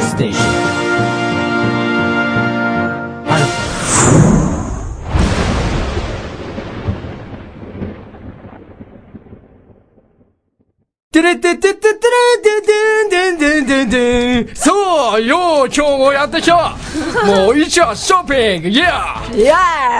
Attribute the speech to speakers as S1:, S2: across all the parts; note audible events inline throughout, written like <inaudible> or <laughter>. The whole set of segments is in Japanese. S1: ステーションてれててててれてんてんてんてんてんてん。そうよう、今日もやってきた。もう一応ショッピング、イエー
S2: いや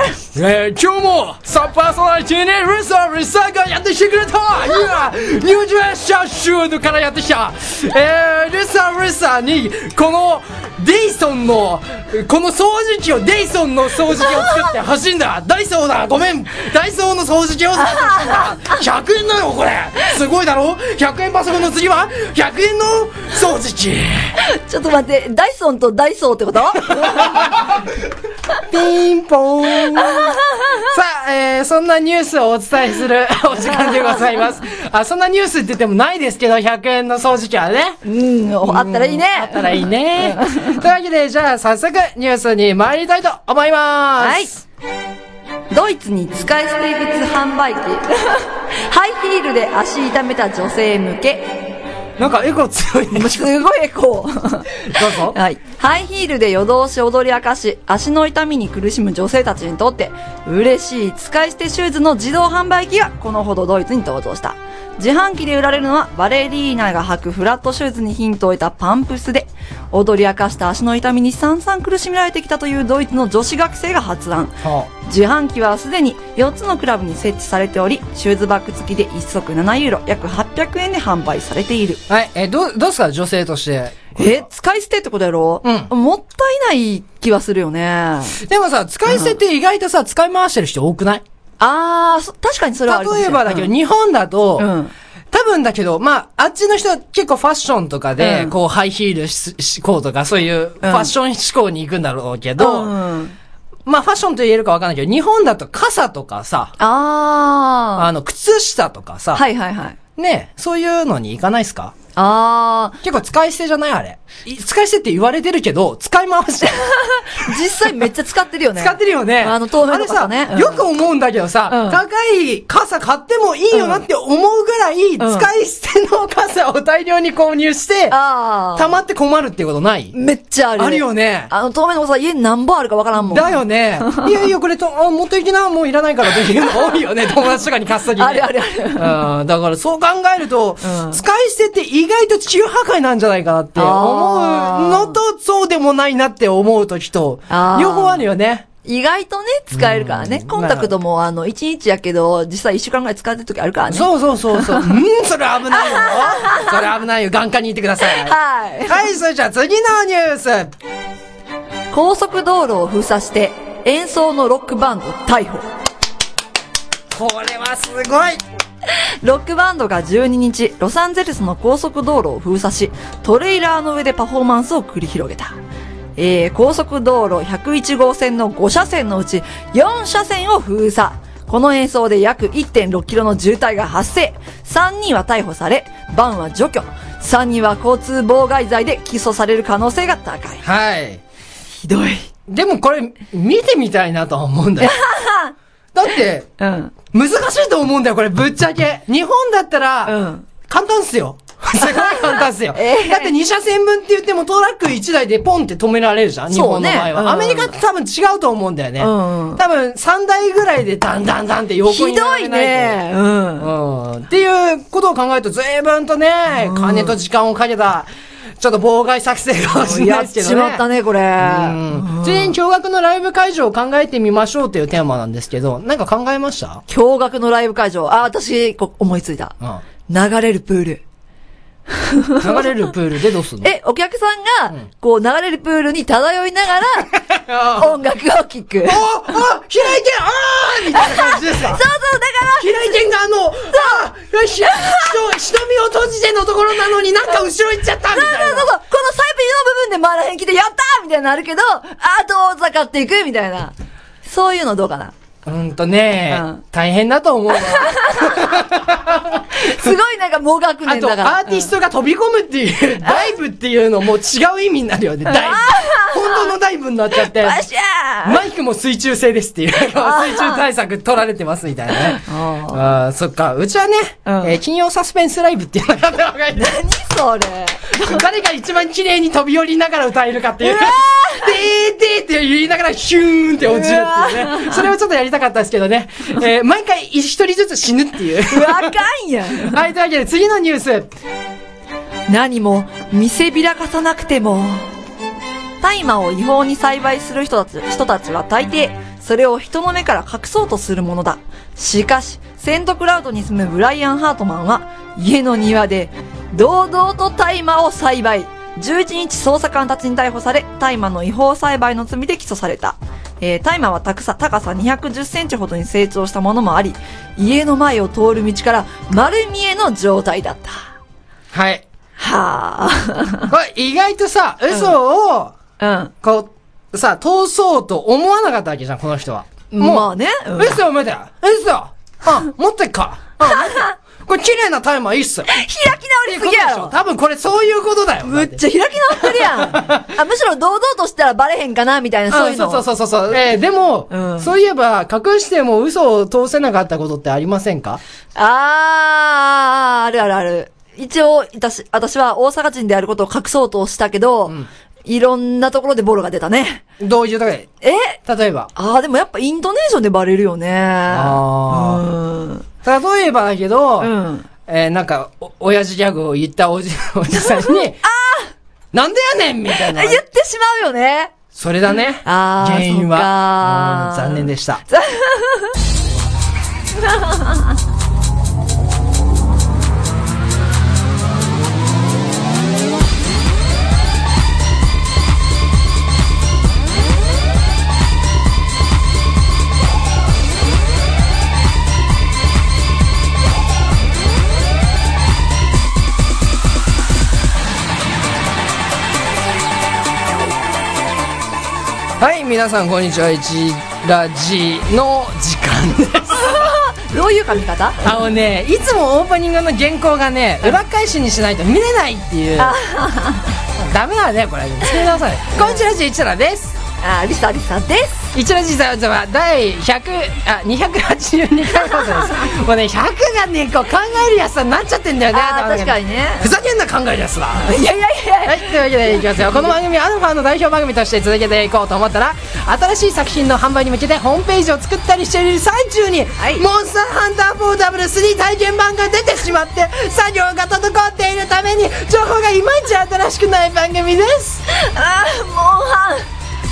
S2: ー
S1: えー、今日もサパーソナリティにルサルサがやってきてくれたいやニュージャーシャーシュードからやってきたえー、ルサルサにこのデイソンのこの掃除機をデイソンの掃除機を作って走んだダイソーだごめんダイソーの掃除機を作って走んだ100円なのこれすごいだろ100円パソコンの次は100円の掃除機
S2: <laughs> ちょっと待って、ダイソンとダイソーってこと
S1: ピンポー <laughs> ンさあ、えー、そんなニュースをお伝えする <laughs> お時間でござい <laughs> ます。あ、そんなニュースって言ってもないですけど、100円の掃除機はね。
S2: うん、あったらいいね。
S1: あったらいいね。というわけで、じゃあ早速ニュースに参りたいと思います。
S2: はい。ドイツに使い捨て靴販売機。 <laughs> ハイヒールで足痛めた女性向け。
S1: なんかエコ強いね。
S2: すごいエコー。
S1: どう <laughs> ぞ。
S2: はい。ハイヒールで夜通し踊り明かし、足の痛みに苦しむ女性たちにとって、嬉しい使い捨てシューズの自動販売機がこのほどドイツに登場した。自販機で売られるのはバレリーナが履くフラットシューズにヒントを得たパンプスで、踊り明かした足の痛みに散々苦しめられてきたというドイツの女子学生が発案。
S1: は
S2: 自販機はすでに4つのクラブに設置されており、シューズバッグ付きで1足7ユーロ、約800円で販売されている。
S1: い。えー、どう、どうですか女性として。
S2: え、使い捨てってことやろ
S1: う
S2: もったいない気はするよね。あ
S1: でもさ、使い捨てって意外とさ、使い回してる人多くない
S2: ー、そ確かにそれはあるかもし
S1: 例え
S2: れない
S1: ばだけど、、日本だと、
S2: うんうん。
S1: 多分だけど、まあ、あっちの人は結構ファッションとかで、
S2: うん
S1: こう、ハイヒールし、しこうとか、そういうファッション思考に行くんだろうけど、
S2: うん
S1: まあ、ファッションと言えるかわかんないけど、日本だと傘とかさ、
S2: あ
S1: あの、靴下とか
S2: ー。
S1: さ、
S2: はいはいはい。
S1: ね、そういうのに行かないっすか
S2: あ
S1: 結構使い捨てじゃないあれ。い使い捨てって言われてるけど、使い回して。
S2: ー。実際めっちゃ使ってるよね。
S1: 使ってるよね。
S2: あの透明の傘ね
S1: あれさ、
S2: うん
S1: よく思うんだけどさ、
S2: うん
S1: 高い傘買ってもいいよなって思うぐらい、
S2: ん
S1: 使い捨ての傘を大量に購入して、
S2: あ
S1: 溜まって困るってことない
S2: ー。めっちゃある。
S1: あるよね。
S2: あの、透明のさ、家に何本あるかわからんもん。
S1: だよね。
S2: <laughs>
S1: いやいや、これと、あ、持っていきな、もういらないからっていうの多いよね。友達とかに貸すときに。
S2: あるあるある
S1: うん。だからそう考えると、
S2: うん
S1: 使い捨てって意外と地球破壊なんじゃないかなって思うのと、そうでもないなって思うときと
S2: あ、ー
S1: 両方あるよね。
S2: 意外とね、使えるからね。コンタクトも、あの、1日やけど、実際1週間ぐらい使ってる時あるからね。
S1: そうそうそう <laughs> そう。うん、それ危ないよ。それ危ないよ。眼科に行ってください。
S2: はい。
S1: <laughs> はい、それじゃあ次のニュース。
S2: 高速道路を封鎖して、演奏のロックバンド逮捕。
S1: これはすごい。
S2: ロックバンドが12日、ロサンゼルスの高速道路を封鎖し、トレーラーの上でパフォーマンスを繰り広げた。えー、高速道路101号線の5車線のうち4車線を封鎖。この演奏で約1.6キロの渋滞が発生。3人は逮捕され、バンは除去。3人は交通妨害罪で起訴される可能性が高い。
S1: はい。
S2: ひどい。
S1: でもこれ、見てみたいなとは思うんだよ。 <laughs> だって、
S2: うん。
S1: 難しいと思うんだよ、これ、ぶっちゃけ。日本だった
S2: う
S1: ら
S2: ん、
S1: 簡単っす
S2: <laughs>
S1: よ。すごい簡単っすよ。
S2: ええ
S1: だって2車線分って言ってもトラック1台でポンって止められるじゃん、日
S2: そう
S1: 本
S2: ね
S1: の場合は。
S2: うん
S1: アメリカって多分違うと思うんだよね。
S2: うんうん
S1: 多分3台ぐらいでダンダンダンって横
S2: ひ
S1: に
S2: ど
S1: 並べ
S2: い
S1: ないと。
S2: ね。うん。
S1: うんっていうことを考えると随分とね、金と時間をかけた、ちょっと妨害作戦かもしれない
S2: や
S1: で
S2: っ
S1: すけど
S2: ち
S1: ね。
S2: まったね、これ。
S1: うん。全員驚愕のライブ会場を考えてみましょうというテーマなんですけど、なんか考えました
S2: 驚愕のライブ会場。あ、私、こ思いついた。
S1: うん。
S2: 流れるプール。
S1: 流れるプールでどうすんの
S2: え、お客さんが、こう流れるプールに漂い
S1: <laughs>
S2: ながら、音楽を聴く。そうそう、だか
S1: ああ平井健ああみたいな感じですか平井健があの、ああよし人瞳を閉じてのところなのになんか後ろ行っちゃったみたい
S2: ら、そうそう
S1: な。
S2: そう、このサイピンの部分で回らへん来て、やったーみたいになるけど、あと、遠ざかっていくみたいな。そういうのどうかな。
S1: うんとね、
S2: うん
S1: 大変だと思うわ。
S2: すごいなんかもがくね
S1: あ
S2: ん
S1: と、
S2: だから。
S1: アーティストが飛び込むっていう、ダイブっていうのも違う意味になるよね。ダイブ。当のない分になっちゃって。
S2: バシャー
S1: マイクも水中製ですっていう。水中対策取られてますみたいなね。
S2: あー
S1: ああ、そっか。うちはね、
S2: うん
S1: えー金曜サスペンスライブっていうのがあった方がいい
S2: 何それ
S1: <laughs> 誰が一番綺麗に飛び降りながら歌えるかっていう。 <laughs> でーでーって言いながらヒューンって落ちるっていうね。それをちょっとやりたかったですけど
S2: <laughs>
S1: ね。えー毎回一人ずつ死ぬっていう。
S2: 若いやん
S1: <laughs> はい、というわけで次のニュース。
S2: 何も見せびらかさなくても大麻を違法に栽培する人たち人たちは大抵それを人の目から隠そうとするものだしかしセントクラウドに住むブライアン・ハートマンは家の庭で堂々と大麻を栽培11日捜査官たちに逮捕され大麻の違法栽培の罪で起訴されたえー大麻は高さ高さ210センチほどに成長したものもあり家の前を通る道から丸見えの状態だった
S1: はい。
S2: は
S1: これ意外とさ、嘘を、
S2: あ。
S1: こう、さ、通そうと思わなかったわけじゃん、この人は。
S2: うん。
S1: もう、
S2: まあね。うん
S1: 嘘おめでよ嘘あ、持ってっか。うん、
S2: <laughs>
S1: 持ってっかこれ綺麗なタイマーいいっすよ。
S2: 開き直り <laughs> すぎやろ
S1: 多分これそういうことだよ。
S2: むっちゃ開き直ってるや <laughs> んあ、むしろ堂々としたらバレへんかなみたいな、そういうの。
S1: んそうそうそうそう。えーでも、
S2: うん
S1: そういえば、隠しても嘘を通せなかったことってありませんか
S2: あー、あるあるある。一応、いたし、私は大阪人であることを隠そうとしたけど、いろんなところでボロが出たね。
S1: どういうとこで
S2: え
S1: 例えば。
S2: あー、でもやっぱイントネーションでバレるよね。
S1: あ
S2: うん。
S1: 例えばだけど、
S2: うん。
S1: えーなんか、お、親父ギャグを言ったおじ、 <laughs> おじ
S2: <laughs>
S1: さんに、なんでやねんみたいな
S2: 言。ってしまうよね。
S1: それだね。
S2: あー
S1: 原因は。
S2: そっかー
S1: うん残念でした。はい、皆さんこんにちは。一ラジの時間です。
S2: どういう髪型
S1: あのね、いつもオープニングの原稿がね、裏返しにしないと見れないっていう。ダメだね、これ。作り直さない。こんにちは、一ラです。
S2: あー、リサリサです。
S1: 一ラジザワザワ第100、あ、282回放送です。もうね、100がね、こう考えるやつになっちゃってんだよね。
S2: あー、
S1: 頭の中
S2: 確かにね。
S1: ふざけんな考えるやつだ。
S2: いやいやいや
S1: はい、というわけでいきますよ。この番組、アルファの代表番組として続けていこうと思ったら、新しい作品の販売に向けてホームページを作ったりしている最中に、
S2: はい
S1: モンスターハンター4W3 体験版が出てしまって、作業が滞っているために、情報がいまいち新しくない番組です。
S2: あー、もうはん。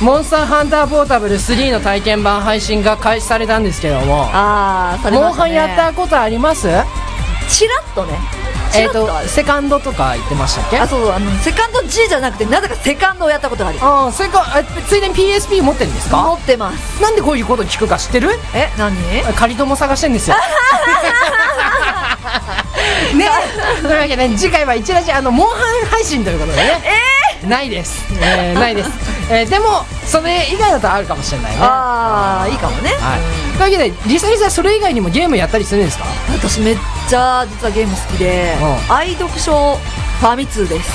S1: モンスターハンターポータブル3の体験版配信が開始されたんですけども、
S2: あー、され
S1: モ
S2: ま
S1: ン
S2: し
S1: ハ
S2: た
S1: ン
S2: ね。
S1: やったことあります
S2: チラッとね。
S1: え
S2: チ
S1: っ、
S2: ラッ
S1: と
S2: とあ、る。
S1: セカンドとか言ってましたっけ
S2: あ、そう、あの、セカンド G じゃなくて、なぜかセカンドをやったことがある。
S1: うん、それか、あついでに PSP 持ってるんです
S2: 持
S1: か
S2: ってます。
S1: なんでこういうこと聞くか知ってる
S2: え、何
S1: 仮とも探してん
S2: <laughs>
S1: ですよ。ね、というわけで、次回は一ラジあのモンハン配信ということでね。ないです、えーないです、えーでもそれ以外だとあるかもしれないね。は
S2: あー、いいかもね。
S1: い。というわけで、リサリサそれ以外にもゲームやったりするんですか？
S2: 私めっちゃ実はゲーム好きで
S1: う、
S2: 愛読書ファミ通です。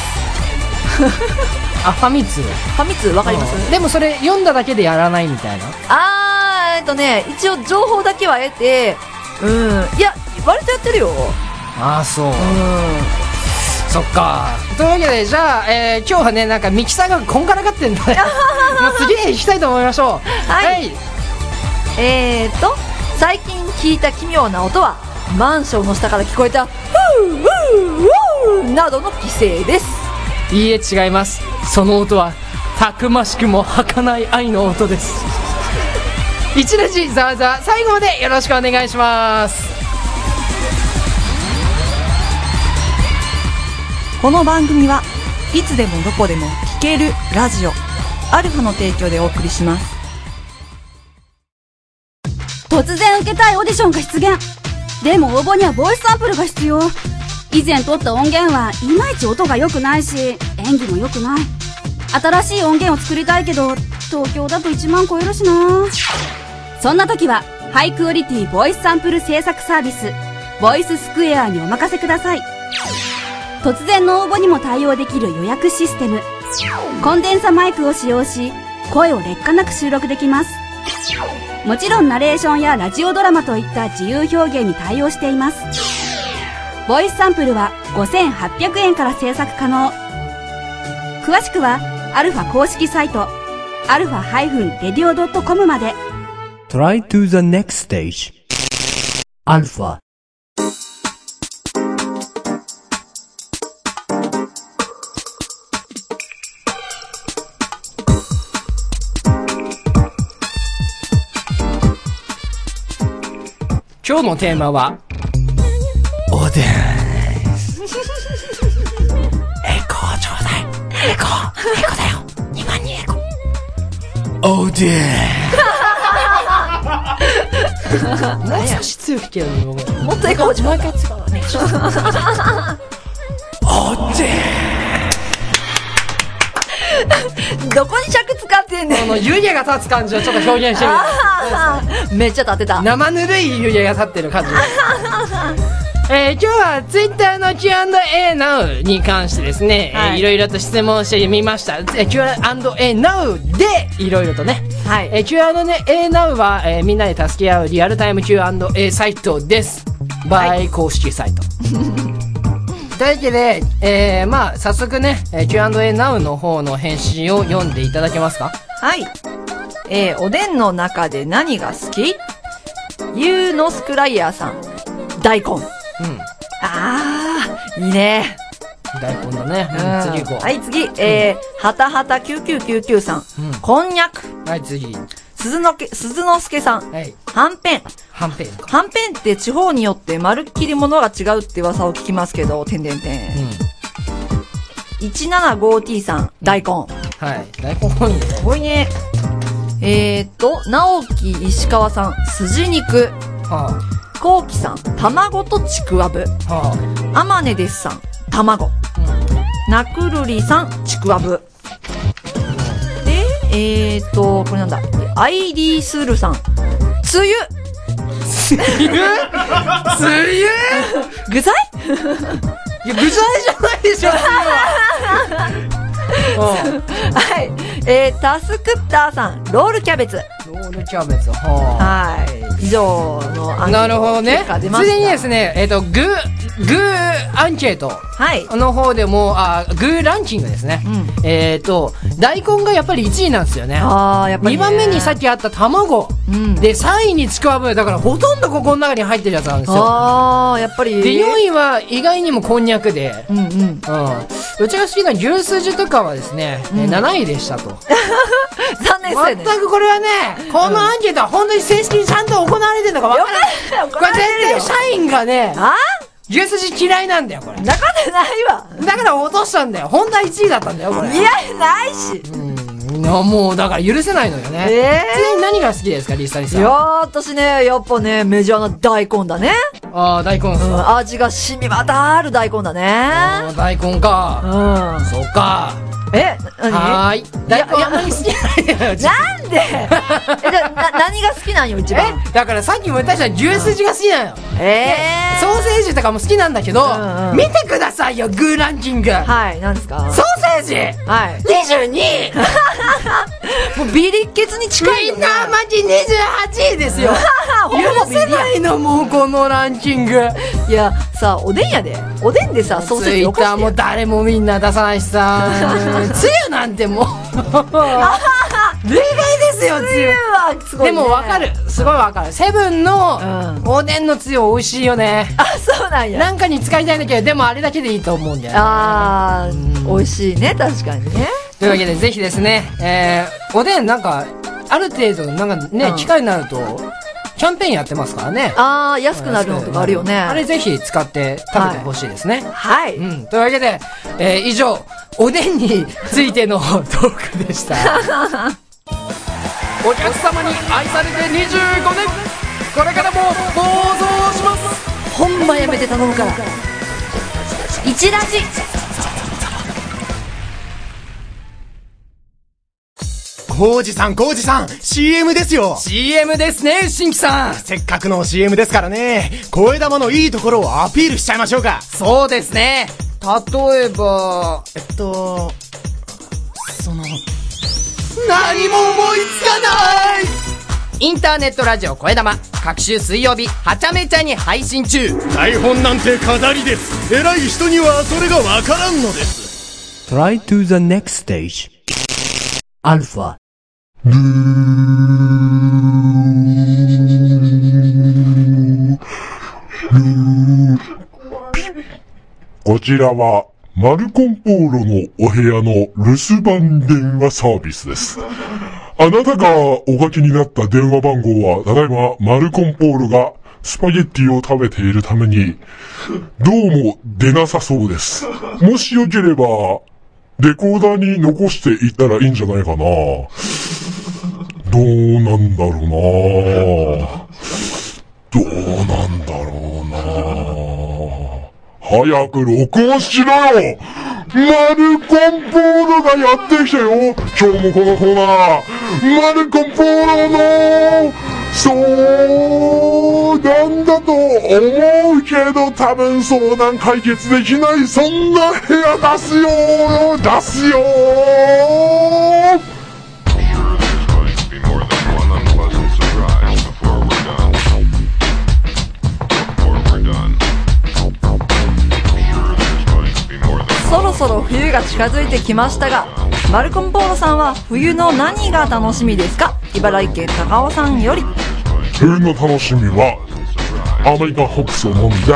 S1: あ、ファミ通。
S2: ファミ通わかります
S1: うんでもそれ読んだだけでやらないみたいな。
S2: あー、えっとね、一応情報だけは得て、うん。いや、割とやってるよ。
S1: ああ、そう。
S2: うん。
S1: そっか。というわけで、じゃあ、えー今日はね、なんかミキサーがこんがらがってん <laughs> ので、もう次へ行きたいと思いましょう。
S2: はいえーと最近聞いた奇妙な音はマンションの下から聞こえた「フーフーフー」などの規制です
S1: いいえ違いますその音はたくましくも儚い愛の音です一ラジざわざわ最後までよろしくお願いします
S2: この番組はいつでもどこでも聞けるラジオアルファの提供でお送りします
S3: 突然受けたいオーディションが出現でも応募にはボイスサンプルが必要以前撮った音源はいまいち音が良くないし演技も良くない新しい音源を作りたいけど東京だと1万超えるしなそんな時はハイクオリティボイスサンプル制作サービスボイススクエアにお任せください突然の応募にも対応できる予約システムコンデンサマイクを使用し声を劣化なく収録できますもちろんナレーションやラジオドラマといった自由表現に対応していますボイスサンプルは5800円から制作可能詳しくはアルファ公式サイトアルファ -radio.com まで
S4: Try to the next stage. Alpha.
S1: 今日のテーマは
S4: おでん。
S1: エコーちょうだいエコーエコだよ2万人エコ
S4: おでん。
S1: もう少し強く聞けるの僕
S2: もっとエコーちょう <laughs> だい。
S4: おで
S2: どこに尺使ってんね
S1: あ
S2: ん。
S1: の湯気が立つ感じをちょっと表現してみる
S2: めっちゃ立てた。
S1: 生ぬるい湯気が立ってる感じ <laughs> えー今日はツイッターの Q&A Now に関してですね、えー
S2: はい
S1: いろいろと質問してみました。えー Q&A Now でいろいろとね、
S2: はい
S1: えー Q&A Now は、えーみんなで助け合うリアルタイム Q&A サイトです。バイ公式サイト。 <laughs> というわけで、えーまあ早速ね、えー Q&A Now の方の返信を読んでいただけますか
S2: はい。えーおでんの中で何が好きユーノスクライヤーさん。大根。
S1: うん。
S2: あー、いいね。
S1: 大根だね。うん次行こう。
S2: はい、次。えー、はたはた9999さん。
S1: うん
S2: こんにゃく。
S1: はい、次。
S2: 鈴のけ、鈴之助さん。
S1: はい。
S2: はんぺん。
S1: はんぺんか。
S2: はんぺんって地方によってまるっきりものが違うって噂を聞きますけど、てんてんてん。
S1: う
S2: 175t さん、大根。
S1: ん。はい。大根本人。
S2: すごいね。えーっと、直樹石川さん、筋肉。
S1: は
S2: こうきさん、卵とちくわぶ。
S1: あ。は
S2: あまねですさん、卵。
S1: あ。うん。
S2: なくるりさん、ちくわぶ。で、えーっと、これなんだ。ID スールさん、つゆ。
S1: つゆいや、
S2: 具材
S1: 具材じゃないでしょ、
S2: はい。えー、タスクッターさん、ロールキャベ
S1: つ
S2: ツ。
S1: ゆは。ロールキャベツ。は
S2: はい。以上のアンケー
S1: あ。
S2: ト
S1: なるほどね
S2: 結果。出ま
S1: つ
S2: した
S1: いにですね、えっ、と、グー、グーアンケート
S2: はい。
S1: の方でも、あー、グーランキングですね。
S2: う
S1: えっ、と、大根がやっぱり1位なんですよね。
S2: ああ、やっぱり、
S1: 2
S2: ね。
S1: 番目にさっきあった卵。
S2: うん
S1: で、3位にちくわぶ。だからほとんどここの中に入ってるやつなんですよ。
S2: ああ、やっぱり。
S1: で、4位は意外にもこんにゃくで。
S2: うんう
S1: う
S2: ん。
S1: ん、うちが好きな牛すじとかはですね、えー7位でしたと
S2: 残念そうや
S1: 全
S2: ね。
S1: くこれはねこのアンケートは本当に正式にちゃんと行われてるのか分からない
S2: よか
S1: これ
S2: った
S1: 全然社員がね
S2: あ
S1: 牛すじ嫌いなんだよこれ
S2: ー中でないわ。
S1: だから落としたんだよ本当は1位だったんだよこれ
S2: いや、ないし。
S1: うんいやもうだから許せないのよね
S2: え
S1: ちなみに何が好きですかリスタリ
S2: ー。
S1: さ
S2: いやー
S1: ん、
S2: 私ね、やっぱね、メジャーな大根だね。
S1: あー大根
S2: う
S1: さ
S2: ん、味が染み渡る大根だね。
S1: 大根
S2: う
S1: か
S2: ん。
S1: そうか
S2: え、な
S1: はーい大根あんまり好きじゃないよ
S2: になん
S1: <laughs>
S2: でえ、じゃあ、な、何が好きなんよ、一番。
S1: えだからさっきも言った人は牛すじが好きなの
S2: えー。
S1: ソーセージとかも好きなんだけど、
S2: んうん
S1: 見てくださいよ、グーランキング。
S2: はい、何ですか
S1: ソーセージ
S2: はい。
S1: 22位
S2: <laughs> もうビリケツに近い
S1: み
S2: よ、
S1: ん
S2: ね。
S1: な待ち28位ですよ
S2: <laughs> ほぼ
S1: 許
S2: ビリ
S1: せないの、もうこのランキング。
S2: いや、さ、おでんやで。おでんでさ、ソーセー
S1: ツ
S2: ジ
S1: イッ
S2: よこ
S1: ター
S2: して
S1: も
S2: よ。
S1: 誰もみんな出さないしさ。つゆなんてもう。
S2: <laughs>
S1: 例外ですよ、つゆ。
S2: うわすごい
S1: で
S2: ね
S1: もわかる。すごいわかる。セブンの
S2: うん
S1: おでんのつゆ美味しいよね。
S2: あ、そうなんや。
S1: なんかに使いたいんだけど、でもあれだけでいいと思うんだよね。
S2: あー、美味しいね、確かにね。
S1: というわけで、ぜひですね、えー、おでんなんか、ある程度、なんかね、
S2: うん
S1: 機会になると、キャンペーンやってますからね。
S2: あー、安くなるのとかあるよね。
S1: あれぜひ使って食べてほしいですね。
S2: はい。
S1: うん。というわけで、えー、以上、おでんについての <laughs> トークでした。 <laughs> お客様に愛されて25年、これからも暴走します
S2: ほんまやめて頼むから。
S3: 一ラジ
S5: コウジさん、コウジさん、CM ですよ
S1: !CM ですね、新規さん
S5: せっかくの CM ですからね、声玉のいいところをアピールしちゃいましょうか
S1: そうですね例えば、
S5: えっと、
S6: その
S1: 何も思いつかないインターネットラジオ声玉各週水曜日はちゃめちゃに配信中
S5: 台本なんて飾りです偉い人にはそれがわからんのです
S4: Try to the next stage. Alpha.
S7: こちらは、マルコンポーロのお部屋の留守番電話サービスです。あなたがお書きになった電話番号は、ただいまマルコンポーロがスパゲッティを食べているために、どうも出なさそうです。もしよければ、レコーダーに残していったらいいんじゃないかな。どうなんだろうなどうなんだろうな早く録音しろよマルコンポーロがやってきたよ今日もこのコーナーマルコンポーロのそうなんだと思うけど多分相談解決できないそんな部屋出すよ出すよ
S2: そろそろ冬が近づいてきましたがマルコンポーロさんは冬の何が楽しみですか茨城県高尾さんより
S7: 冬の楽しみはアメリカンホップスを飲んで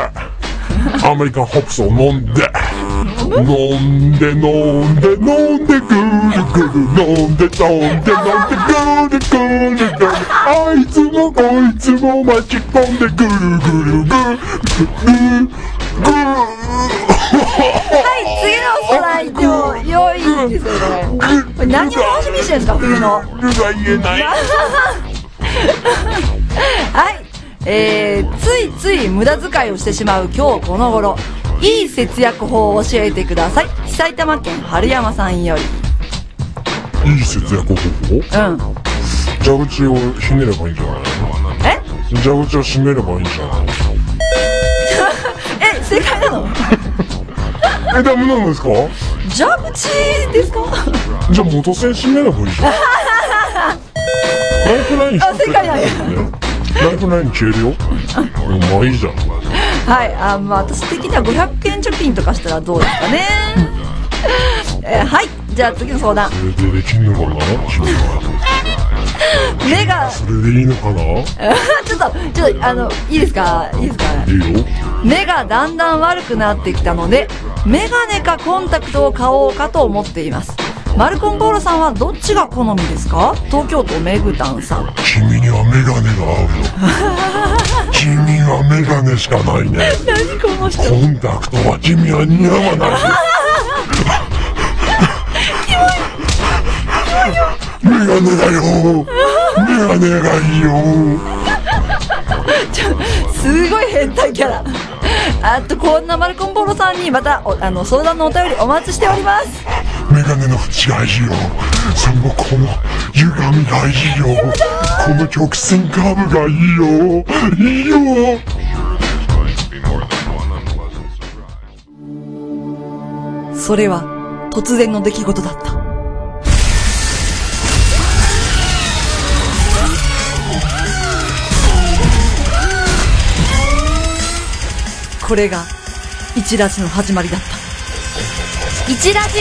S7: アメリカンホップスを飲んで飲んで飲んで飲んでぐるぐる飲んで飲んで飲んでぐるぐるぐるぐるあいつもこいつも巻き込んでぐるぐるぐるぐるぐる
S2: 次のストライクを用意ですよねこれ何を楽しみにしてるんですか冬の
S7: ぐるが言えない
S2: はい、えー、ついつい無駄遣いをしてしまう今日この頃いい節約法を教えてください埼玉県春山さんより
S7: いい節約方法
S2: うん
S7: 蛇口をひねればいいんじゃない
S2: え
S7: 蛇口を閉めればいいんじゃない
S2: え正解なの
S7: え、ダメなんですか
S2: 蛇口ですか
S7: じゃあ元栓閉めればいい
S2: <laughs>
S7: じゃん。ライフライン
S2: あ正解だね
S7: ライフライン消えるよ。まあいいじゃん。
S2: はいあまあ私的には500円貯金とかしたらどうですかね、えーはいじゃあ次の相談
S7: それでできんのかな君は。
S2: 目が <laughs>
S7: それでいいのかない
S2: ちょっとちょっとあのいいですかいいですか
S7: いよ。
S2: 目がだんだん悪くなってきたのでメガネかコンタクトを買おうかと思っていますマルコン・ポーロさんはどっちが好みですか東京都メグタンさん
S7: 君にはメガネが合
S2: <laughs>
S7: うよ。君はメガネしかないね。
S2: 何この人
S7: コンタクトは君は似合わないよ。メガネだよ。メガネがいいよ。
S2: すごい変態キャラあとこんなマルコン・ポーロさんにまたおあの相談のお便りお待ちしております
S7: メガネの縁がいいよそのこの歪みがいいよこの曲線カーブがいいよいいよ
S8: Surprise.
S2: それは突然の出来事だったこれが一ラジの始まりだった
S3: 一ラジ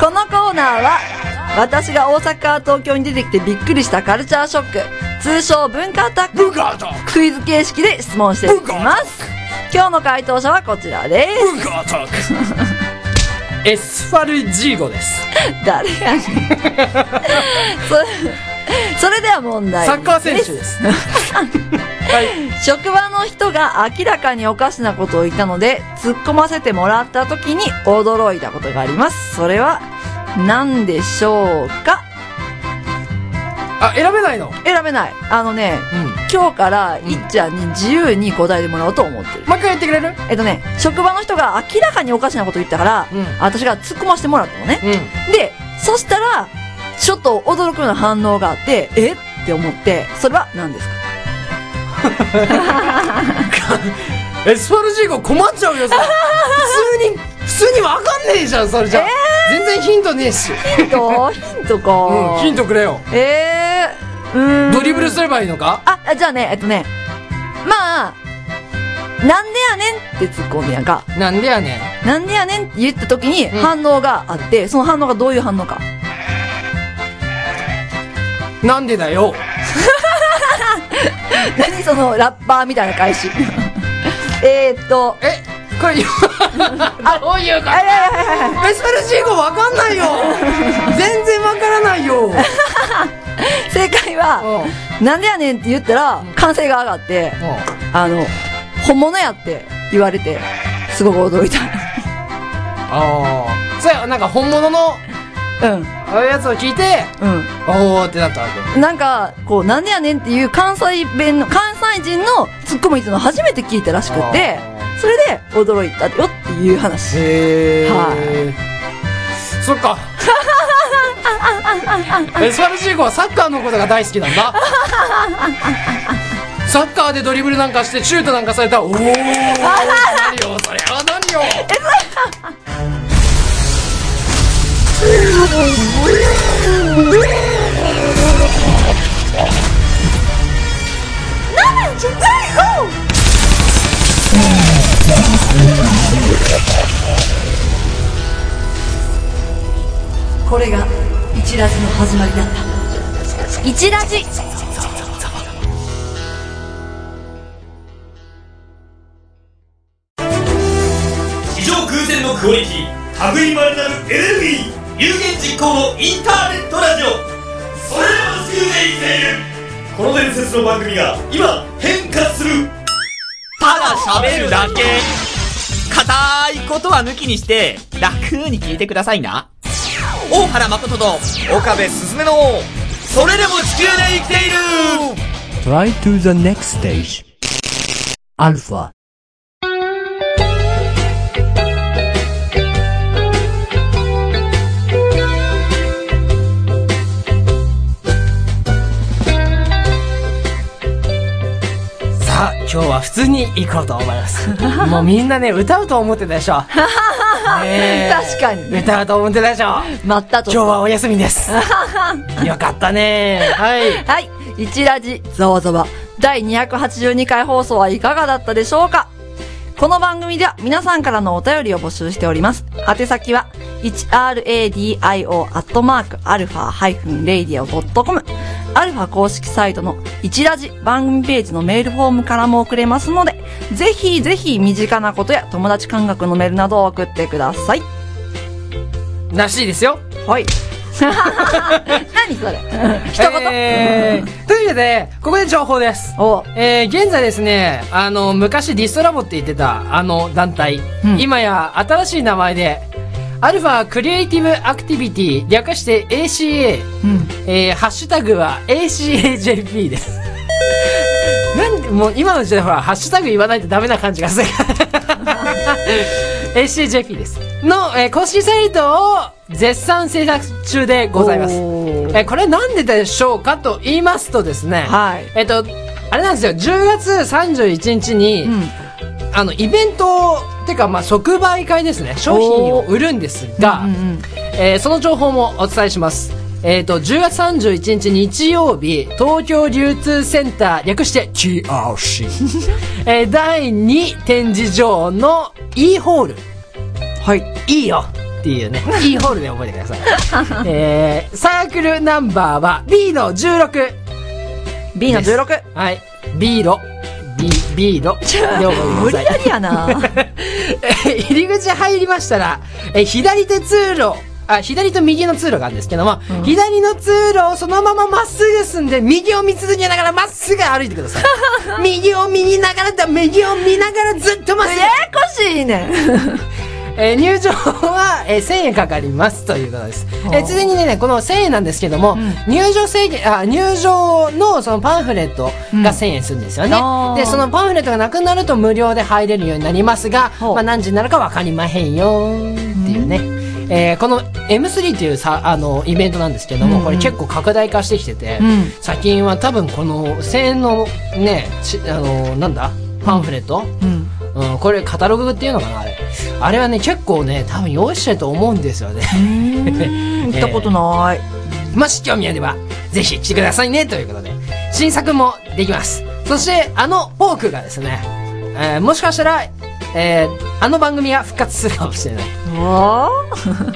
S2: このコーナーは私が大阪から東京に出てきてびっくりしたカルチャーショック通称文化アタッククイズ形式で質問していきます今日の回答者はこちらです
S1: エスファルジーゴです
S2: 誰やねんそそれでは問題
S1: サッカー選手です
S2: 職場の人が明らかにおかしなことを言ったので、突っ込ませてもらった時に驚いたことがあります。それは、何でしょうか
S1: あ、選べないの
S2: 選べない。あのね、
S1: うん
S2: 今日からいっちゃんに自由に答えてもらおうと思ってる。
S1: もう一回言ってくれる
S2: えっとね、職場の人が明らかにおかしなこと言ったから、
S1: うん
S2: 私が突っ込ませてもらったのね。
S1: う
S2: で、そしたら、ちょっと驚くような反応があって、えって思って、それは何ですか <laughs>
S1: ん。エスパルジーゴ困っちゃうよ、 <laughs> それ普通に、普通にわかんねえじゃん、それじゃ。全然ヒントねえし。
S2: ヒントヒントか、
S1: うん、ヒントくれよ。
S2: えー、うーん。
S1: ドリブルすればいいのか
S2: あ、あじゃあね、えっとね、まあ、なんでやねんって突っ込んでやんか。
S1: なんでやねん。
S2: なんでやねんって言った時に
S1: ん
S2: 反応があって、その反応がどういう反応 <laughs> か。
S1: なんでだよ。
S2: 何そのラッパーみたいな <laughs> 返し。えーっと、
S1: え、これ、 <laughs> どういうこと
S2: はいはいはいはいはい。
S1: エスパルジーゴわかんない <laughs> よ。全然わからないよ。
S2: 正解は、なんでやねんって言ったら、歓声が上がって、あの、本物やって言われて、すごく驚いた。
S1: ああ。そうや、なんか本物の
S2: うん、
S1: やつを聞いて、
S2: う
S1: おーってなったわけ。
S2: ん。なんか、こう、なんでやねんっていう関西弁の、関西人のツッコミっていうのを初めて聞いたらしくて
S1: あ、
S2: それで驚いたよっていう話。
S1: へえ、
S2: は
S1: そっ
S2: <laughs>
S1: かエスパルシーコはサッカーのことが大好きなんだサッカーでドリブルなんかしてシュートなんかされたらおおなるよそれはなるよ
S2: これが、一ラジの始まりだった。
S3: 一ラジ
S6: 非常空前のクオリティ類いまれなるエネルギー有言実行のインターネットラジオそれらの地球で生きているこの伝説の番組が今変化する
S8: ただ喋るだけ硬いことは抜きにして楽に聞いてくださいな大原誠と岡部すずめのそれでも地球で生きている
S4: Try to the next stage. Alpha.
S1: さあ今日は普通に行こうと思いますもうみんなね歌うと思ってたでしょねえ
S2: <laughs> 確かにね。
S1: 歌うと思ってたでしょ
S2: 待ったと。
S1: 今日はお休みです <laughs> よかったね <laughs> はい
S2: はい。一ラジざわざわ第282回放送はいかがだったでしょうかこの番組では皆さんからのお便りを募集しております。宛先は 1radio.alpha-radio.com アルファ公式サイトの一ラジ番組ページのメールフォームからも送れますので、ぜひぜひ身近なことや友達感覚のメールなどを送ってください。
S1: らしいですよ
S2: はい。何それ一言、
S1: えー <laughs> というわけで、ここで情報です。
S2: お
S1: えー現在ですね、あの、昔ディストラボって言ってた、あの団体、
S2: うん
S1: 今や新しい名前で、アルファクリエイティブアクティビティ、略して ACA、
S2: うん。
S1: えーハッシュタグは ACAJP です。 <laughs> なんで、もう今の時代ほら、ハッシュタグ言わないとダメな感じがする。ACJP です。の、えー公式サイトを絶賛制作中でございます。
S2: おー
S1: えーこれなんででしょうかと言いますとですね、
S2: はい
S1: えっ、と、あれなんですよ、10月31日に、
S2: うん。
S1: あの、イベントを、てか、まあ、即売会ですね、商品を売るんですが、
S2: うんうん
S1: えーその情報もお伝えします。えっ、と、10月31日日曜日、東京流通センター、略して TRC、えー
S2: <laughs>
S1: 第2展示場の E ホール。
S2: はい。
S1: いいよっていう
S2: <laughs>
S1: ね、いいホールで覚えてください。えー、サークルナンバーは B の16。
S2: B の
S1: です
S2: 16。
S1: はい。ビーロ。ビ、ビーロ。ようご
S2: 無
S1: ざ
S2: 理
S1: いま
S2: や
S1: す
S2: りやな。
S1: え <laughs> ー入り口入りましたら、えー左手通路、あ、左と右の通路があるんですけども、左の通路をそのまままっすぐ進んで、右を見続けながらまっすぐ歩いてくださ <laughs> い。右を見ながらだ、右を見ながらずっとまっすぐ。
S2: ややこしいねん。
S1: えー入場は、えー1000円かかりますということです。えーついでにね、この1000円なんですけども、入場制限、あ、入場のそのパンフレットが1000円するんですよね。
S2: あー
S1: で、そのパンフレットがなくなると無料で入れるようになりますが、
S2: ほう
S1: まあ、何時になるかわかりまへんよーっていうね。えーこの M3 っていうさあのイベントなんですけども、
S2: うん
S1: これ結構拡大化してきてて、
S2: うん
S1: 最近は多分この1000円のねちあのなんだパンフレット、
S2: うん。
S1: うん、これカタログっていうのかなあれあれはね結構ね多分用意してると思うんですよね
S2: <laughs> 行ったことない。
S1: もし興味あればぜひ来てくださいねということで新作もできますそしてあのフォークがですね、えーもしかしたら、えーあの番組が復活するかもしれない
S2: お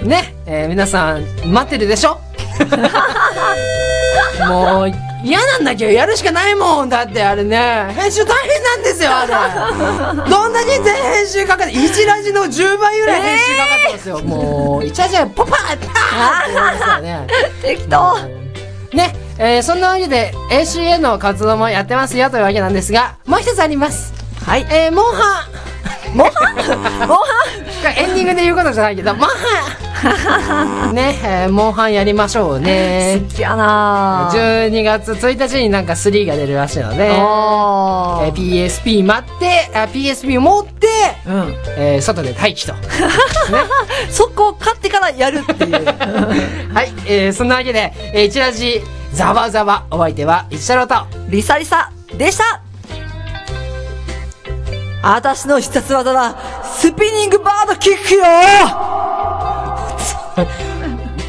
S1: ね、えー皆さん待ってるでしょ <laughs> もう嫌なんだけどやるしかないもんだってあれね編集大変なんですよあれどんなに全編集かかって1ラジの10倍ぐらい編集かかってますよ、もう1ラジはポパッパーって言うんですよね
S2: 適当
S1: ねえーそんなわけで ACA の活動もやってますよというわけなんですがもう一つあります
S2: はい。
S1: えー、モンハンモンハンモンハンエンディングで言うことじゃないけどモンハンね、えー、モンハンやりましょうね
S2: 好きやなぁ。
S1: 12月1日になんか3が出るらしいので、え
S2: お
S1: ー、
S2: ー
S1: PSP 待ってあ PSP 持って、
S2: うん。
S1: えー、外で待 <laughs> 機と
S2: そこを買ってからやるっていう。 <laughs>
S1: はい、えー、そんなわけで、えー、一ラジざわざわお相手は一太郎と
S2: リサリサでした私の必殺技は、スピニングバードキックよ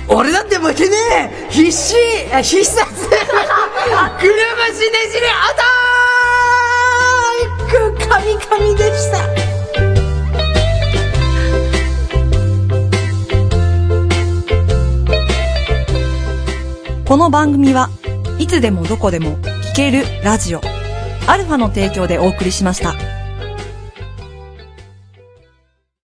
S1: 俺だって負けねえ必死あ必殺 <laughs> 車しねじれアタック神々でした
S2: この番組はいつでもどこでも聞けるラジオアルファの提供でお送りしました。